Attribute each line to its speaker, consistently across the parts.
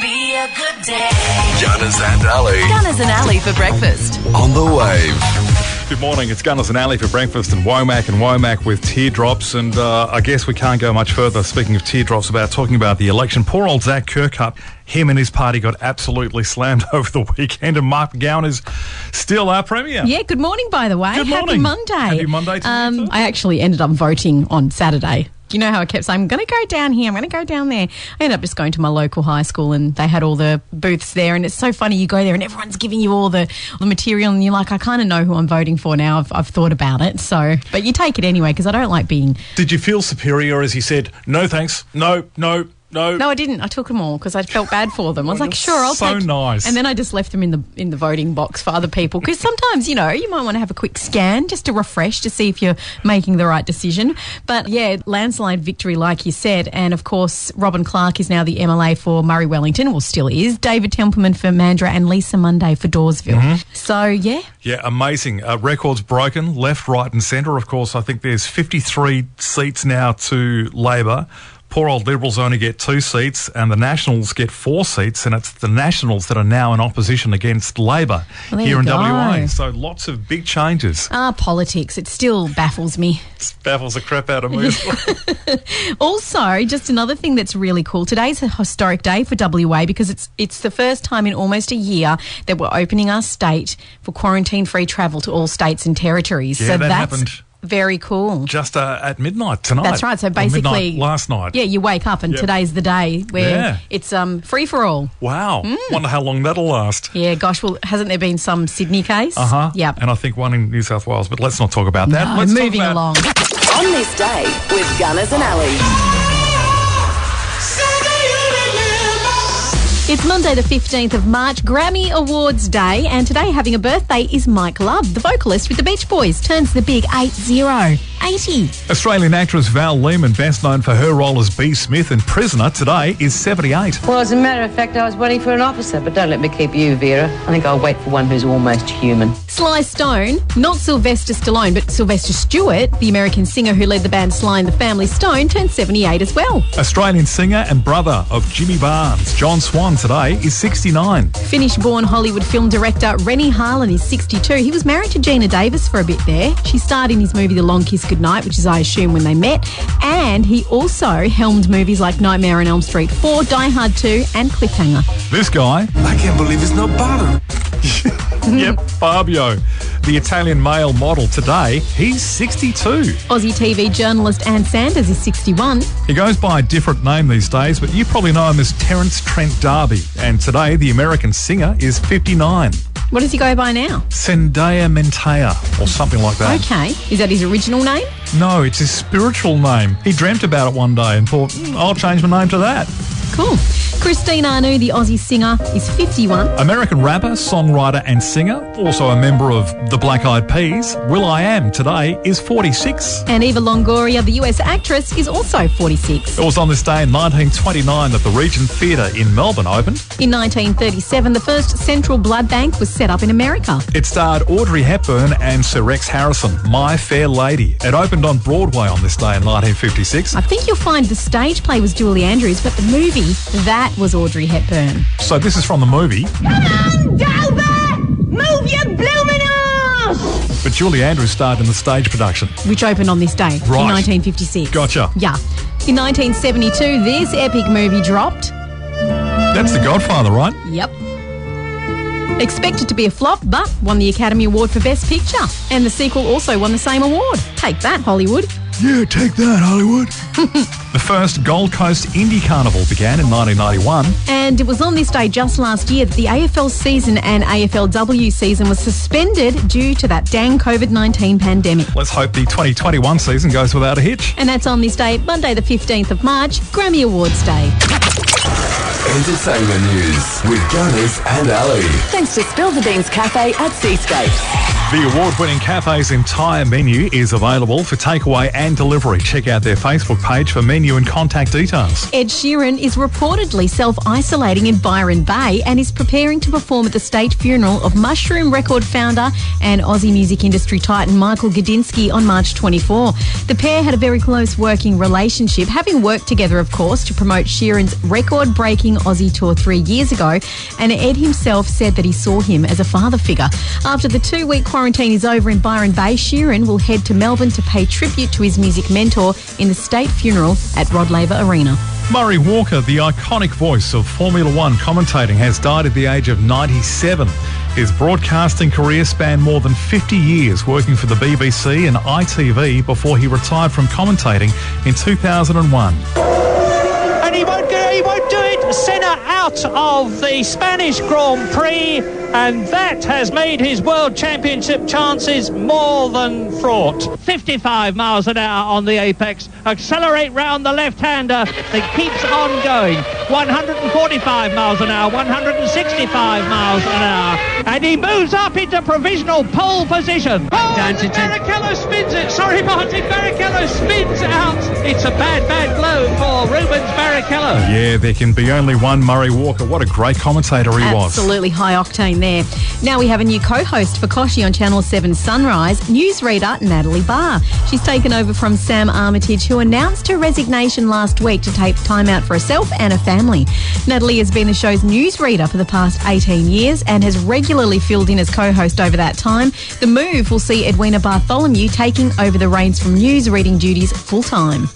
Speaker 1: be a good day.
Speaker 2: Gunners and Ali
Speaker 3: Gunners and Alley for breakfast.
Speaker 2: on the wave.
Speaker 4: Good morning. It's Gunners and Alley for breakfast, and Womack and Womack with teardrops. And uh, I guess we can't go much further. Speaking of teardrops, about talking about the election. Poor old Zach Kirkup, him and his party got absolutely slammed over the weekend, and Mark McGowan is still our premier.
Speaker 5: Yeah, good morning, by the way.
Speaker 4: Good
Speaker 5: Happy
Speaker 4: morning.
Speaker 5: Monday.
Speaker 4: Happy Monday to you too.
Speaker 5: um, I actually ended up voting on Saturday. You know how I kept saying, I'm going to go down here, I'm going to go down there. I ended up just going to my local high school and they had all the booths there. And it's so funny, you go there and everyone's giving you all the, all the material and you're like, I kind of know who I'm voting for now. I've, I've thought about it. So, but you take it anyway because I don't like being.
Speaker 4: Did you feel superior as he said, "No thanks, no, no, no"?
Speaker 5: No, I didn't. I took them all because I felt bad for them. I was
Speaker 4: Oh,
Speaker 5: like,
Speaker 4: that's
Speaker 5: sure, I'll
Speaker 4: so
Speaker 5: take.
Speaker 4: nice.
Speaker 5: And then I just left them in the in the voting box for other people because sometimes you know you might want to have a quick scan just to refresh to see if you're making the right decision. But yeah, landslide victory, like you said, and of course Robin Clark is now the MLA for Murray Wellington, well still is. David Templeman for Mandra and Lisa Monday for Dawesville.
Speaker 4: Mm-hmm.
Speaker 5: So yeah,
Speaker 4: Yeah, amazing. Uh, records broken left, right, and centre. Of course, I think there's 53 seats now to Labor. Poor old Liberals only get two seats, and the Nationals get four seats, and it's the Nationals that are now in opposition against Labor
Speaker 5: Well, there
Speaker 4: here
Speaker 5: you
Speaker 4: in
Speaker 5: go.
Speaker 4: WA. So lots of big changes.
Speaker 5: ah, politics. It still baffles me.
Speaker 4: Baffles the crap out of me. as well.
Speaker 5: Also, just another thing that's really cool. Today's a historic day for WA because it's it's the first time in almost a year that we're opening our state for quarantine-free travel to all states and territories.
Speaker 4: Yeah,
Speaker 5: so
Speaker 4: that
Speaker 5: that's
Speaker 4: happened.
Speaker 5: very cool.
Speaker 4: Just uh, at midnight tonight.
Speaker 5: That's right. So
Speaker 4: Or midnight
Speaker 5: basically,
Speaker 4: last night.
Speaker 5: Yeah, you wake up and
Speaker 4: Yeah.
Speaker 5: today's the day where
Speaker 4: Yeah.
Speaker 5: it's um, free for all.
Speaker 4: Wow.
Speaker 5: Mm.
Speaker 4: Wonder how long that'll last.
Speaker 5: Yeah, gosh, well, hasn't there been some Sydney case?
Speaker 4: Uh huh.
Speaker 5: Yep.
Speaker 4: And I think one in New South Wales, but let's not talk about that.
Speaker 5: No,
Speaker 4: Let's talk
Speaker 5: moving
Speaker 4: about-
Speaker 5: along.
Speaker 3: On this day with Gunners and Alley.
Speaker 5: It's Monday, the 15th of March, Grammy Awards Day, and today having a birthday is Mike Love, the vocalist with the Beach Boys, turns the big 80. 80.
Speaker 4: Australian actress Val Lehman, best known for her role as B. Smith in Prisoner, today is 78.
Speaker 6: Well, as a matter of fact, I was waiting for an officer, but don't let me keep you, Vera. I think I'll wait for one who's almost human.
Speaker 5: Sly Stone, not Sylvester Stallone, but Sylvester Stewart, the American singer who led the band Sly and the Family Stone, turned 78 as well.
Speaker 4: Australian singer and brother of Jimmy Barnes, John Swan, today is 69.
Speaker 5: Finnish born Hollywood film director Rennie Harlan is 62. He was married to Gina Davis for a bit there. She starred in his movie The Long Kiss Goodnight, which is, I assume, when they met. And he also helmed movies like Nightmare on Elm Street 4, Die Hard 2, and Cliffhanger.
Speaker 4: This guy,
Speaker 2: I can't believe it's not bottom.
Speaker 4: yep, Fabio, the Italian male model, today he's 62.
Speaker 5: Aussie TV journalist Ann Sanders is 61.
Speaker 4: He goes by a different name these days, but you probably know him as Terence Trent D'Arby. And today, the American singer is 59.
Speaker 5: What does he go by now?
Speaker 4: Zendaya Mentea, or something like that.
Speaker 5: Okay. Is that his original name?
Speaker 4: No, it's his spiritual name. He dreamt about it one day and thought, "Hmm, I'll change my name to that.
Speaker 5: Cool. Christine Arnoux, the Aussie singer, is 51.
Speaker 4: American rapper, songwriter, and singer, also a member of the Black Eyed Peas, Will I Am today is 46.
Speaker 5: And Eva Longoria, the US actress, is also 46.
Speaker 4: It was on this day in 1929 that the Regent Theatre in Melbourne opened.
Speaker 5: In 1937, the first central blood bank was set up in America.
Speaker 4: It starred Audrey Hepburn and Sir Rex Harrison, My Fair Lady. It opened on Broadway on this day in 1956.
Speaker 5: I think you'll find the stage play was Julie Andrews, but the movie, that was Audrey Hepburn.
Speaker 4: So this is from the movie,
Speaker 1: Move your blooming arse!
Speaker 4: but Julie Andrews starred in the stage production.
Speaker 5: which opened on this day
Speaker 4: Right.
Speaker 5: in 1956.
Speaker 4: Gotcha.
Speaker 5: Yeah. In 1972, this epic movie dropped.
Speaker 4: That's The Godfather, right?
Speaker 5: Yep. Expected to be a flop, but won the Academy Award for Best Picture. And the sequel also won the same award. Take that, Hollywood.
Speaker 4: Yeah, take that, Hollywood. the first Gold Coast Indie Carnival began in 1991.
Speaker 5: And it was on this day just last year that the AFL season and AFLW season was suspended due to that dang COVID 19 pandemic.
Speaker 4: Let's hope the 2021 season goes without a hitch.
Speaker 5: And that's on this day, Monday, the 15th of March, Grammy Awards Day.
Speaker 2: Entertainment news with Gunners and Ali.
Speaker 3: Thanks to Spill the Beans Cafe at Seascapes.
Speaker 4: The award winning cafe's entire menu is available for takeaway and delivery. Check out their Facebook page for menu and contact details.
Speaker 5: Ed Sheeran is reportedly self isolating in Byron Bay and is preparing to perform at the state funeral of Mushroom record founder and Aussie music industry titan Michael Gadinsky on March 24. The pair had a very close working relationship, having worked together, of course, to promote Sheeran's record breaking Aussie tour three years ago. And Ed himself said that he saw him as a father figure. After the two week quarantine is over in Byron Bay, Sheeran will head to Melbourne to pay tribute to his music mentor in the state funeral at Rod Laver Arena.
Speaker 4: Murray Walker, the iconic voice of Formula One commentating, has died at the age of 97. His broadcasting career spanned more than 50 years working for the BBC and ITV before he retired from commentating in 2001.
Speaker 7: and he won't go, he won't do it. Senna out of the Spanish Grand Prix, and that has made his World Championship chances more than fraught. 55 miles an hour on the apex, accelerate round the left-hander that keeps on going. 145 miles an hour, 165 miles an hour, and he moves up into provisional pole position. Oh, and Barrichello spins it. Sorry, Martin Barrichello spins out. It's a bad, bad blow for Rubens Barrichello.
Speaker 4: Yeah, there can be only one Murray Walker. What a great commentator he was.
Speaker 5: Absolutely high octane there. Now we have a new co host for Koshi on Channel 7 Sunrise, newsreader Natalie Barr. She's taken over from Sam Armitage, who announced her resignation last week to take time out for herself and her family. Natalie has been the show's newsreader for the past 18 years and has regularly filled in as co host over that time. The move will see Edwina Bartholomew taking over the reins from newsreading duties full time.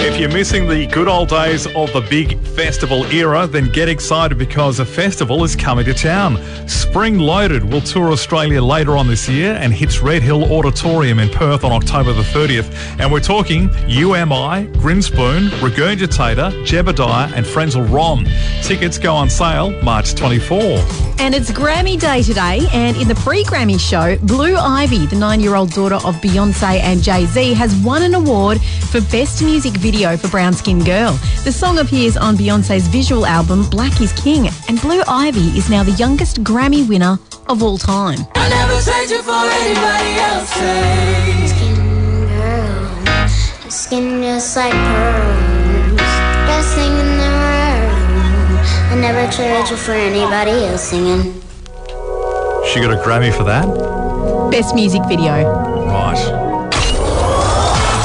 Speaker 4: If you're missing the good old days of the big festival era, then get excited because a festival is coming to town. Spring Loaded will tour Australia later on this year and hits Red Hill Auditorium in Perth on October the 30th. And we're talking UMI, Grinspoon, Regurgitator, Jebediah, and Frenzel Rom. Tickets go on sale March 24.
Speaker 5: And it's Grammy Day today, and in the pre Grammy show, Blue Ivy, the nine year old daughter of Beyonce and Jay Z, has won an award for Best Music Video for Brown Skin Girl. The song appears on Beyonce's visual album, Black is King, and Blue Ivy is now the youngest Grammy winner of all time.
Speaker 1: I never trade you for anybody else's.
Speaker 8: Skin girl, your skin just like pearls. Best thing in the world. I never trade you for anybody else singing.
Speaker 4: She got a Grammy for that?
Speaker 5: Best Music Video.
Speaker 4: Right.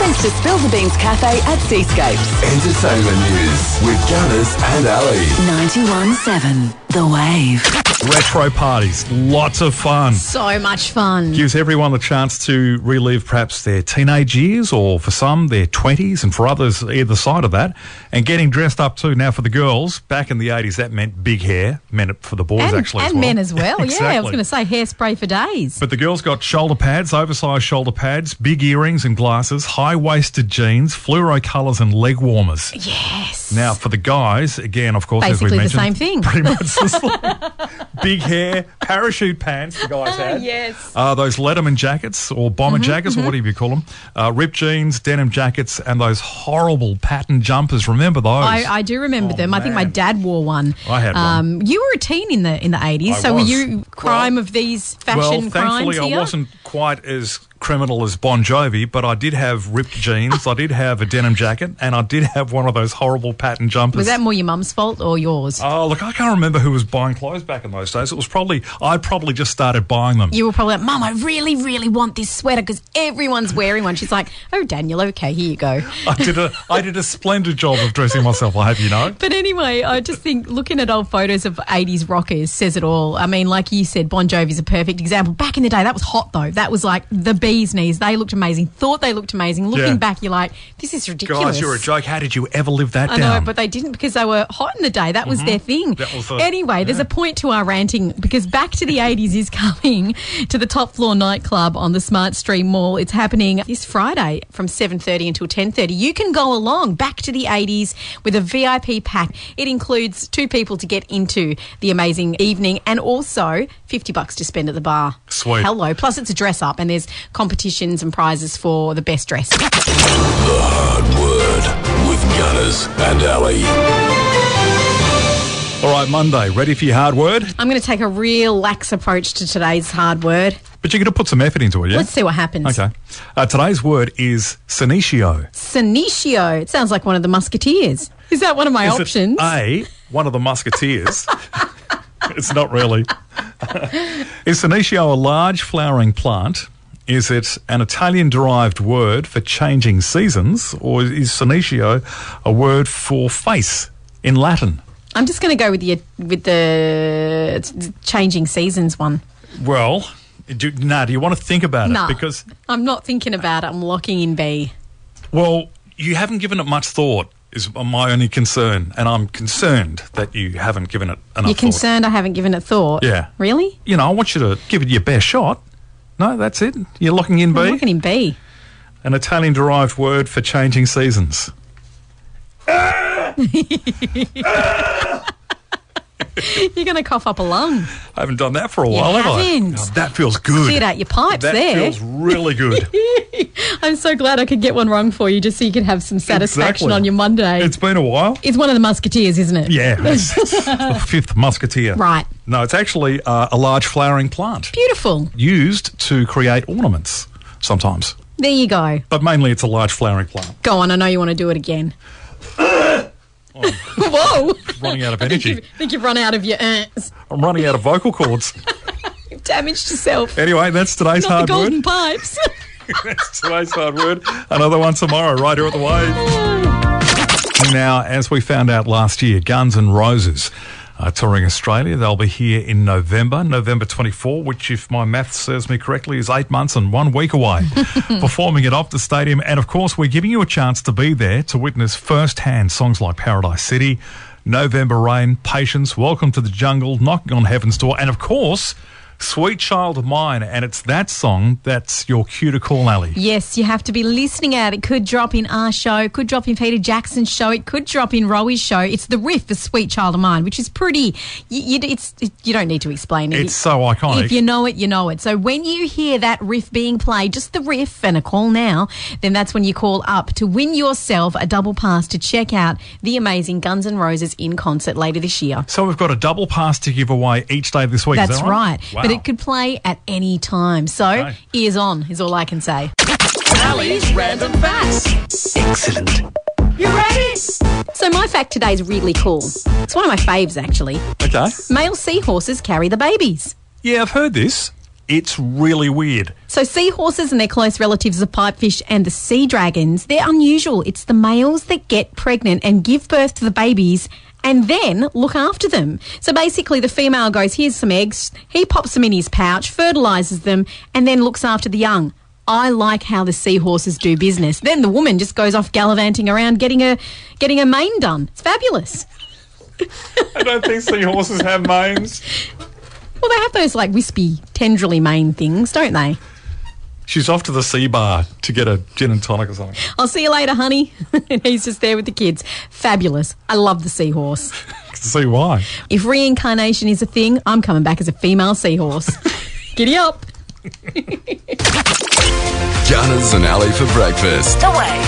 Speaker 3: Thanks to Spill the Beans Cafe at Seascapes.
Speaker 2: Entertainment news with Gunners and Ali.
Speaker 3: 91.7 The Wave.
Speaker 4: Retro parties, lots of fun.
Speaker 5: So much fun.
Speaker 4: Gives everyone the chance to relive perhaps their teenage years or for some their 20s and for others either side of that. And getting dressed up too. Now for the girls, back in the 80s that meant big hair, meant it for the boys
Speaker 5: and
Speaker 4: actually.
Speaker 5: and
Speaker 4: as well.
Speaker 5: men as well. Yeah, I was
Speaker 4: Exactly.
Speaker 5: going to say hairspray for days.
Speaker 4: But the girls got shoulder pads, oversized shoulder pads, big earrings and glasses, high waisted jeans, fluoro colours, and leg warmers. Yes. Now, for the guys, again, of course, as we
Speaker 5: Basically the
Speaker 4: mentioned,
Speaker 5: same thing.
Speaker 4: Pretty much the same. big hair, parachute pants, the guys had.
Speaker 5: Yes. Mm-hmm,
Speaker 4: Uh, those Letterman jackets or bomber jackets, or whatever you call them. Uh, ripped jeans, denim jackets, and those horrible pattern jumpers. Remember those?
Speaker 5: I, I do remember
Speaker 4: Oh,
Speaker 5: them. I think my
Speaker 4: man.
Speaker 5: dad wore one. Um,
Speaker 4: I had one.
Speaker 5: You were a teen in the in the eighties,
Speaker 4: I
Speaker 5: so
Speaker 4: was.
Speaker 5: were you crime of these fashion
Speaker 4: well,
Speaker 5: crimes
Speaker 4: thankfully,
Speaker 5: here?
Speaker 4: I wasn't quite as criminal as Bon Jovi, but I did have ripped jeans, I did have a denim jacket, and I did have one of those horrible pattern jumpers.
Speaker 5: Was that more your mum's fault or yours?
Speaker 4: Oh, look, I can't remember who was buying clothes back in those days. It was probably, I probably just started buying them.
Speaker 5: you were probably like, Mum, I really, really want this sweater because everyone's wearing one. She's like, Oh, Daniel, okay, here you go.
Speaker 4: I did a, I did a splendid job of dressing myself, I hope you know.
Speaker 5: But anyway, I just think looking at old photos of 80s rockers says it all. I mean, like you said, Bon Jovi's a perfect example. Back in the day, that was hot, though. That was like the bee's knees. They looked amazing, thought they looked amazing. Looking
Speaker 4: Yeah.
Speaker 5: back, you're like, this is ridiculous.
Speaker 4: Guys, you're a joke. How did you ever live that
Speaker 5: I
Speaker 4: down? Mm-hmm.
Speaker 5: know, but they didn't because they were hot in the day. That was their thing.
Speaker 4: That was the-
Speaker 5: anyway, there's a point to our ranting because Back to the 80s is coming to the Top Floor nightclub on the Smart Stream Mall. It's happening this Friday from 7.30 until 10.30. You can go along Back to the 80s with a VIP pack. It includes two people to get into the amazing evening and also 50 bucks to spend at the bar.
Speaker 4: Sweet.
Speaker 5: Hello. Plus it's a dress up and there's competitions and prizes for the best dress.
Speaker 2: Word with Gunners and Ali.
Speaker 4: All right, Monday, ready for your hard word?
Speaker 5: I'm going to take a real lax approach to today's hard word.
Speaker 4: But you're going to put some effort into it, yeah?
Speaker 5: Let's see what happens.
Speaker 4: Okay. Uh, today's word is sinitio.
Speaker 5: Senecio. It sounds like one of the Musketeers. Is that one of my
Speaker 4: Is it
Speaker 5: options?
Speaker 4: A, one of the musketeers. it's not really. is Senecio a large flowering plant? Is it an Italian derived word for changing seasons? Or is Senecio a word for face in Latin?
Speaker 5: I'm just going to go with the with the it's the changing seasons one.
Speaker 4: Well, do, nah, do you want to think about it?
Speaker 5: No,
Speaker 4: Because,
Speaker 5: I'm not thinking about it. I'm locking in B.
Speaker 4: well, you haven't given it much thought. Is my only concern, and I'm concerned that you haven't given it enough.
Speaker 5: You're
Speaker 4: thought.
Speaker 5: concerned I haven't given it thought.
Speaker 4: Yeah.
Speaker 5: Really?
Speaker 4: you know, I want you to give it your best shot. No, that's it. You're locking in
Speaker 5: I'm
Speaker 4: B,
Speaker 5: locking in B.
Speaker 4: an Italian derived word for changing seasons.
Speaker 5: You're going to cough up a lung.
Speaker 4: I haven't done that for a while, have
Speaker 5: haven't.
Speaker 4: I? Now, that feels good.
Speaker 5: Cleared out your pipes
Speaker 4: that
Speaker 5: there.
Speaker 4: feels really good.
Speaker 5: I'm so glad I could get one wrong for you just so you could have some satisfaction
Speaker 4: Exactly.
Speaker 5: on your Monday.
Speaker 4: it's
Speaker 5: It's,
Speaker 4: been a while.
Speaker 5: one of the Musketeers, isn't it?
Speaker 4: Yeah, it's- it's the fifth musketeer.
Speaker 5: Right.
Speaker 4: No, it's actually uh, a large flowering plant
Speaker 5: Beautiful.
Speaker 4: used to create ornaments sometimes,
Speaker 5: There you go.
Speaker 4: but mainly it's a large flowering plant.
Speaker 5: Go on. I know you want to do it again. Whoa.
Speaker 4: Running out of
Speaker 5: I think
Speaker 4: energy.
Speaker 5: you've, think you've run out of your. Uh,
Speaker 4: I'm running out of vocal cords.
Speaker 5: you've damaged yourself.
Speaker 4: Anyway, that's today's
Speaker 5: Not
Speaker 4: hard
Speaker 5: the
Speaker 4: word.
Speaker 5: golden pipes.
Speaker 4: That's today's hard word. Another one tomorrow, right here at the Wave. Now, as we found out last year, Guns N' Roses are touring Australia. They'll be here in November, November 24, which, if my math serves me correctly, is eight months and one week away, performing at Optus Stadium. And of course, we're giving you a chance to be there to witness firsthand songs like Paradise City, November Rain, Patience, Welcome to the Jungle, Knocking on Heaven's Door, and of course, Sweet Child of Mine. And it's that song that's your cue to call, Alley.
Speaker 5: Yes, you have to be listening out. It could drop in our show, it could drop in Peter Jackson's show, it could drop in Rowie's show. It's the riff for "Sweet Child of Mine," which is pretty. You, you, it's you don't need to explain it.
Speaker 4: It's so iconic.
Speaker 5: If you know it, you know it. So when you hear that riff being played, just the riff and a call now, then that's when you call up to win yourself a double pass to check out the amazing Guns N' Roses in concert later this year.
Speaker 4: So we've got a double pass to give away each day this week. is
Speaker 5: That's
Speaker 4: that
Speaker 5: right.
Speaker 4: right.
Speaker 5: But
Speaker 4: Wow.
Speaker 5: it could play at any time. So
Speaker 4: Okay.
Speaker 5: ears on is all I can say. So my fact today is really cool. It's one of my faves actually.
Speaker 4: Okay.
Speaker 5: Male seahorses carry the babies.
Speaker 4: Yeah, I've heard this. It's really weird.
Speaker 5: So seahorses and their close relatives the pipefish and the sea dragons, they're unusual. It's the males that get pregnant and give birth to the babies and then look after them. So basically the female goes, here's some eggs, he pops them in his pouch, fertilizes them, and then looks after the young. I like how the seahorses do business. Then the woman just goes off gallivanting around getting her getting her mane done. It's fabulous.
Speaker 4: I don't think seahorses have manes.
Speaker 5: Well, they have those like wispy, tendrily mane things, don't they?
Speaker 4: She's off to the sea bar to get a gin and tonic or something.
Speaker 5: I'll see you later, honey. and he's just there with the kids. Fabulous. I love the seahorse.
Speaker 4: I can see why.
Speaker 5: If reincarnation is a thing, I'm coming back as a female seahorse. Giddy up.
Speaker 2: Gunners and Alley for breakfast.
Speaker 3: The Wave.